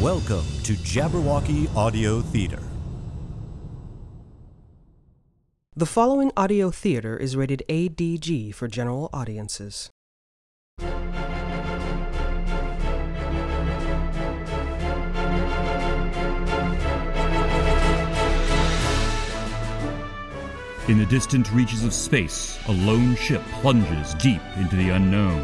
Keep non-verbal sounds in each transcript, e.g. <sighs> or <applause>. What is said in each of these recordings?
Welcome to Jabberwocky Audio Theater. The following audio theater is rated ADG for general audiences. In the distant reaches of space, a lone ship plunges deep into the unknown.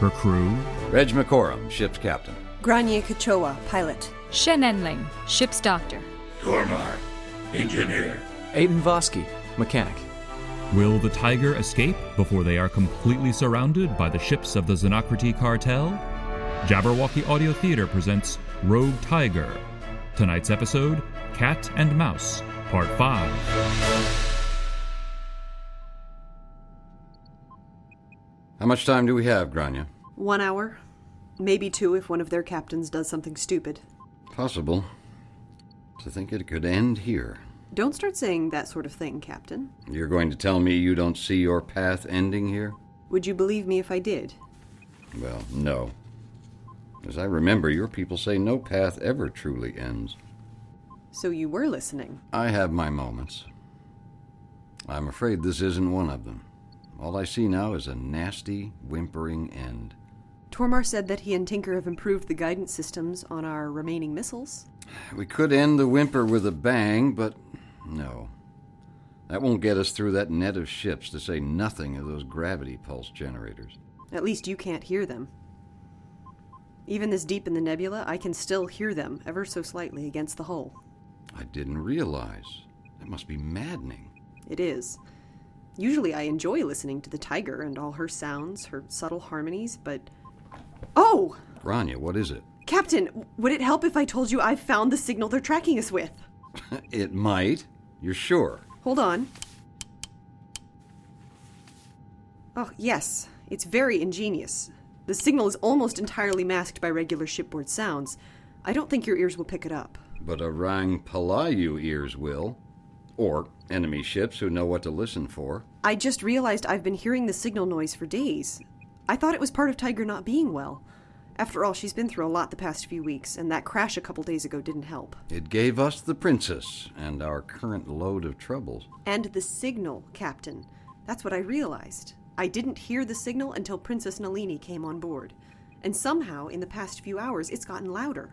Her crew, Reg McCorum, ship's captain. Grania Kachowa, pilot. Shen Enling, ship's doctor. Tormar, engineer. Aiden Vosky, mechanic. will the Tiger escape before they are completely surrounded by the ships of the Xenocrity Cartel? Jabberwocky Audio Theater presents Rogue Tiger. Tonight's episode Cat and Mouse, Part 5. How much time do we have, Grania? One hour. Maybe two if one of their captains does something stupid. Possible. To think it could end here. Don't start saying that sort of thing, Captain. You're going to tell me you don't see your path ending here? Would you believe me if I did? Well, no. As I remember, your people say no path ever truly ends. So you were listening. I have my moments. I'm afraid this isn't one of them. All I see now is a nasty, whimpering end. Tormar said that he and Tinker have improved the guidance systems on our remaining missiles. We could end the whimper with a bang, but no. That won't get us through that net of ships, to say nothing of those gravity pulse generators. At least you can't hear them. Even this deep in the nebula, I can still hear them, ever so slightly, against the hull. I didn't realize. That must be maddening. It is. Usually I enjoy listening to the tiger and all her sounds, her subtle harmonies, but. Oh! Grania, what is it? <laughs> Captain, w- would it help if I told you I've found the signal they're tracking us with? it might. You're sure? Hold on. Oh, yes. It's very ingenious. The signal is almost entirely masked by regular shipboard sounds. I don't think your ears will pick it up. But Orang Palayu ears will. Or enemy ships who know what to listen for. I just realized I've been hearing the signal noise for days. I thought it was part of Tiger not being well. After all, she's been through a lot the past few weeks, and that crash a couple days ago didn't help. It gave us the princess and our current load of troubles. And the signal, Captain. That's what I realized. I didn't hear the signal until Princess Nalini came on board. And somehow, in the past few hours, it's gotten louder.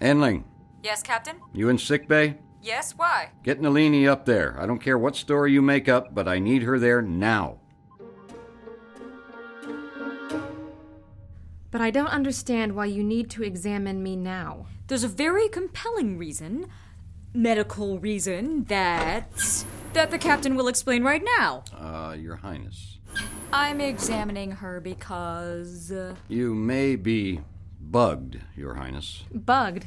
Enling, Yes, Captain? you in sick bay? Yes, why? Get Nalini up there. I don't care what story you make up, but I need her there now. But I don't understand why you need to examine me now. There's a very compelling reason, medical reason, that. that the captain will explain right now. Uh, Your Highness. I'm examining her because. uh, You may be bugged, Your Highness. Bugged.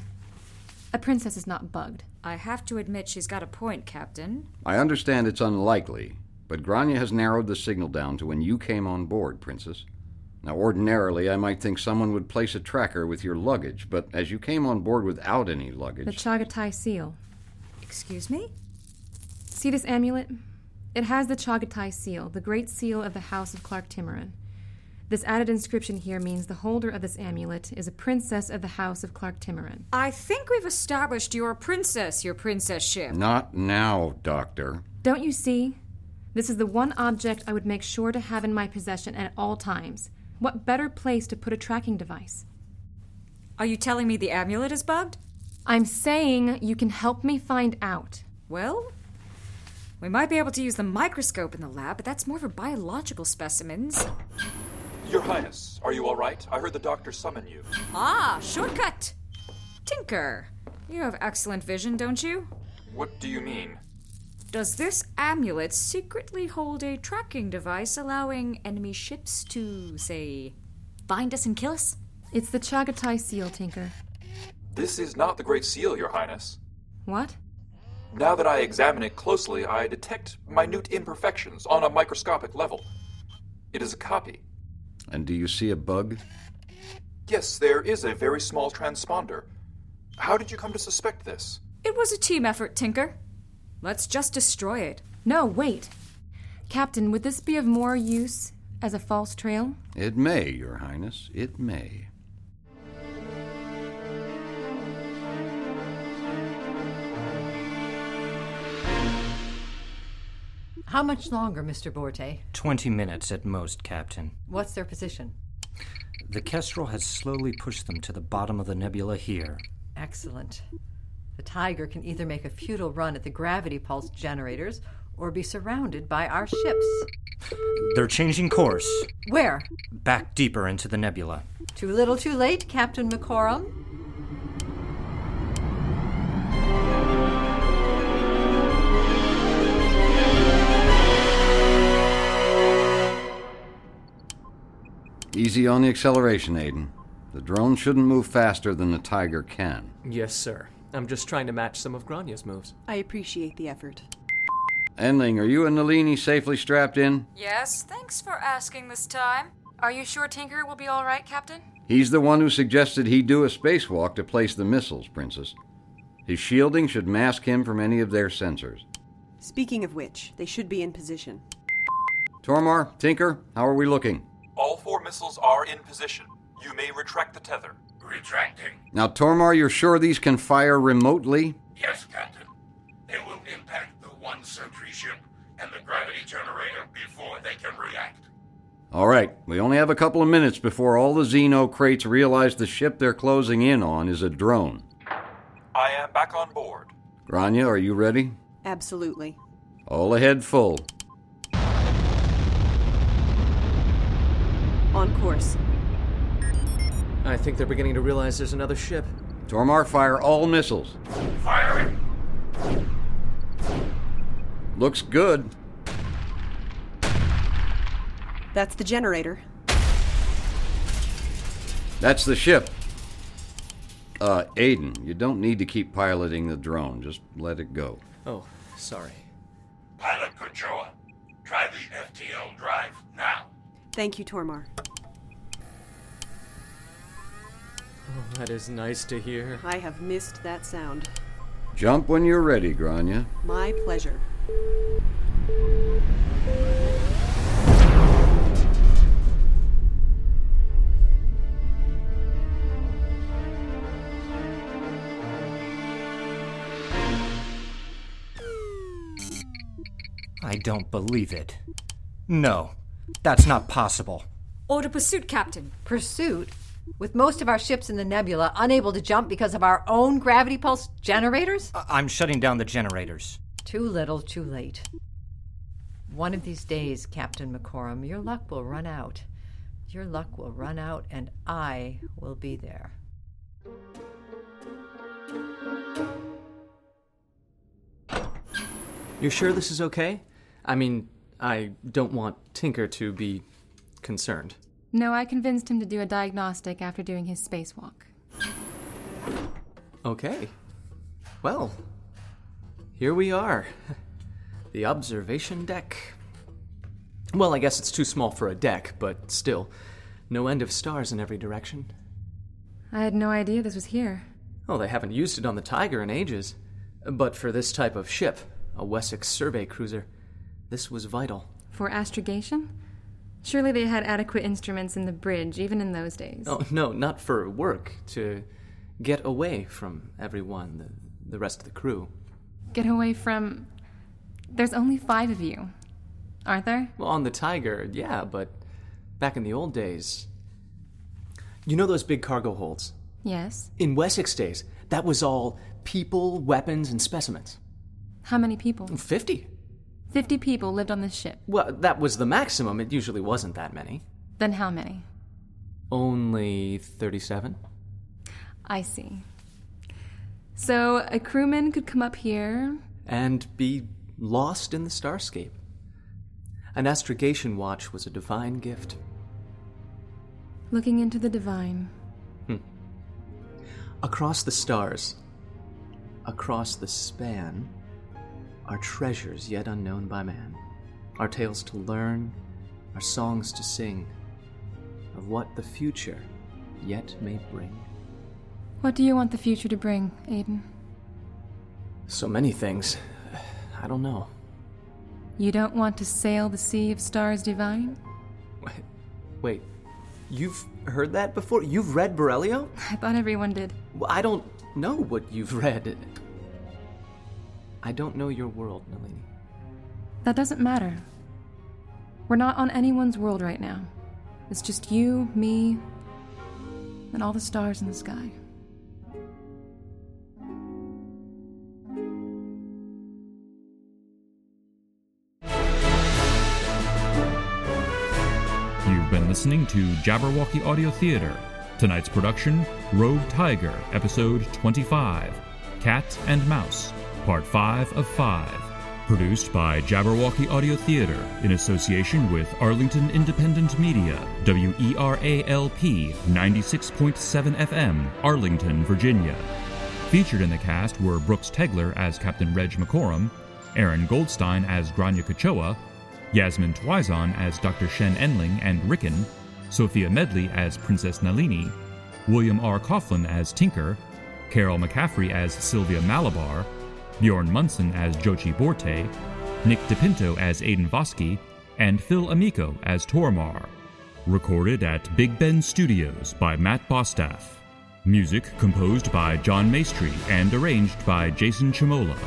A princess is not bugged. I have to admit she's got a point, Captain. I understand it's unlikely, but Grania has narrowed the signal down to when you came on board, Princess. Now, ordinarily, I might think someone would place a tracker with your luggage, but as you came on board without any The luggage, Chagatai seal. Excuse me? See this amulet? It has the Chagatai seal, the great seal of the House of Clark Timorin. This added inscription here means the holder of this amulet is a princess of the House of Clark Timorin. I think we've established you're a princess, your princess ship. not now, Doctor. Don't you see? This is the one object I would make sure to have in my possession at all times. What better place to put a tracking device? Are you telling me the amulet is bugged? I'm saying you can help me find out. Well, we might be able to use the microscope in the lab, but that's more for biological specimens. Your Highness, are you all right? I heard the doctor summon you. Ah, shortcut! Tinker, you have excellent vision, don't you? What do you mean? Does this amulet secretly hold a tracking device allowing enemy ships to, say, find us and kill us? It's the Chagatai seal, Tinker. This is not the Great Seal, Your Highness. What? Now that I examine it closely, I detect minute imperfections on a microscopic level. It is a copy. And do you see a bug? Yes, there is a very small transponder. How did you come to suspect this? It was a team effort, Tinker. Let's just destroy it. No, wait. Captain, would this be of more use as a false trail? It may, Your Highness. It may. How much longer, Mr. Borte? Twenty minutes at most, Captain. What's their position? The Kestrel has slowly pushed them to the bottom of the nebula here. Excellent. The Tiger can either make a futile run at the gravity pulse generators or be surrounded by our ships. They're changing course. Where? Back deeper into the nebula. Too little too late, Captain McCorum. Easy on the acceleration, Aiden. The drone shouldn't move faster than the Tiger can. Yes, sir. I'm just trying to match some of Granya's moves. I appreciate the effort. Endling, are you and Nalini safely strapped in? Yes, thanks for asking this time. Are you sure Tinker will be all right, Captain? He's the one who suggested he do a spacewalk to place the missiles, Princess. His shielding should mask him from any of their sensors. Speaking of which, they should be in position. Tormar, Tinker, how are we looking? All four missiles are in position. You may retract the tether. Retracting. Now, Tormar, you're sure these can fire remotely? Yes, Captain. They will impact the one sentry ship and the gravity generator before they can react. All right, we only have a couple of minutes before all the Xeno crates realize the ship they're closing in on is a drone. I am back on board. Grania, are you ready? Absolutely. All ahead full. On course. I think they're beginning to realize there's another ship. Tormar, fire all missiles. Firing. Looks good. That's the generator. That's the ship. Uh, Aiden, you don't need to keep piloting the drone. Just let it go. Oh, sorry. Pilot Kochoa, try the FTL drive now. Thank you, Tormar. Oh, that is nice to hear. I have missed that sound. Jump when you're ready, Grania. My pleasure. I don't believe it. No, that's not possible. Order pursuit, Captain. Pursuit? With most of our ships in the nebula unable to jump because of our own gravity pulse generators? I- I'm shutting down the generators. Too little, too late. One of these days, Captain McCorum, your luck will run out. Your luck will run out, and I will be there. You're sure this is okay? I mean, I don't want Tinker to be concerned. No, I convinced him to do a diagnostic after doing his spacewalk. Okay. Well, here we are. <laughs> The observation deck. Well, I guess it's too small for a deck, but still, no end of stars in every direction. I had no idea this was here. Oh, they haven't used it on the Tiger in ages. But for this type of ship, a Wessex survey cruiser, this was vital. For astrogation? Surely they had adequate instruments in the bridge, even in those days. Oh, no, not for work, to get away from everyone, the, the rest of the crew. Get away from. There's only five of you, aren't there? Well, on the Tiger, yeah, but back in the old days. You know those big cargo holds? Yes. In Wessex days, that was all people, weapons, and specimens. How many people? 50. 50 people lived on this ship. Well, that was the maximum. It usually wasn't that many. Then how many? Only 37. I see. So a crewman could come up here. And be lost in the starscape. An astrogation watch was a divine gift. Looking into the divine. Hmm. Across the stars, across the span, are treasures yet unknown by man, our tales to learn, our songs to sing, of what the future yet may bring. What do you want the future to bring, Aiden? So many things. <sighs> I don't know. You don't want to sail the sea of stars divine? Wait, wait. you've heard that before? You've read Borelio? <laughs> I thought everyone did. Well, I don't know <laughs> what you've read. I don't know your world, Nalini. That doesn't matter. We're not on anyone's world right now. It's just you, me, and all the stars in the sky. You've been listening to Jabberwocky Audio Theater. Tonight's production Rogue Tiger, Episode 25 Cat and Mouse, Part 5 of 5. Produced by Jabberwocky Audio Theater in association with Arlington Independent Media, WERALP 96.7 FM, Arlington, Virginia. Featured in the cast were Brooks Tegler as Captain Reg McCorum, Aaron Goldstein as Grania Kachoa, Yasmin Twizon as Dr. Shen Enling and Rickon, Sophia Medley as Princess Nalini, William R. Coughlin as Tinker, Carol McCaffrey as Sylvia Malabar, Bjorn Munson as Jochi Borte, Nick DePinto as Aidan Vosky, and Phil Amico as Tormar. Recorded at Big Ben Studios by Matt Bostaff. Music composed by John Maestri and arranged by Jason Chimola.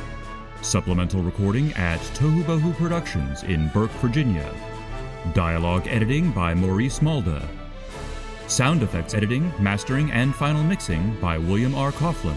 Supplemental recording at Tohubahu Productions in Burke, Virginia. Dialogue editing by Maurice Malda. Sound effects editing, mastering, and final mixing by William R. Coughlin.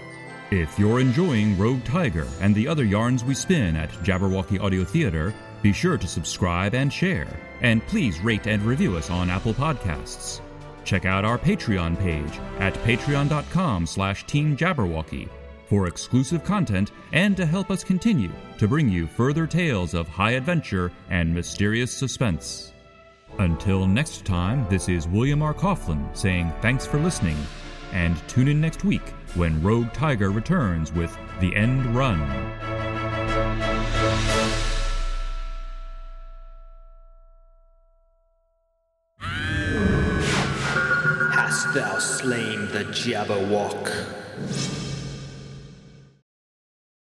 If you're enjoying Rogue Tiger and the other yarns we spin at Jabberwocky Audio Theater, be sure to subscribe and share, and please rate and review us on Apple Podcasts. Check out our Patreon page at patreon.com slash teamjabberwocky for exclusive content and to help us continue to bring you further tales of high adventure and mysterious suspense. Until next time, this is William R. Coughlin saying thanks for listening, and tune in next week when Rogue Tiger returns with The End Run. Hast thou slain the Jabberwock?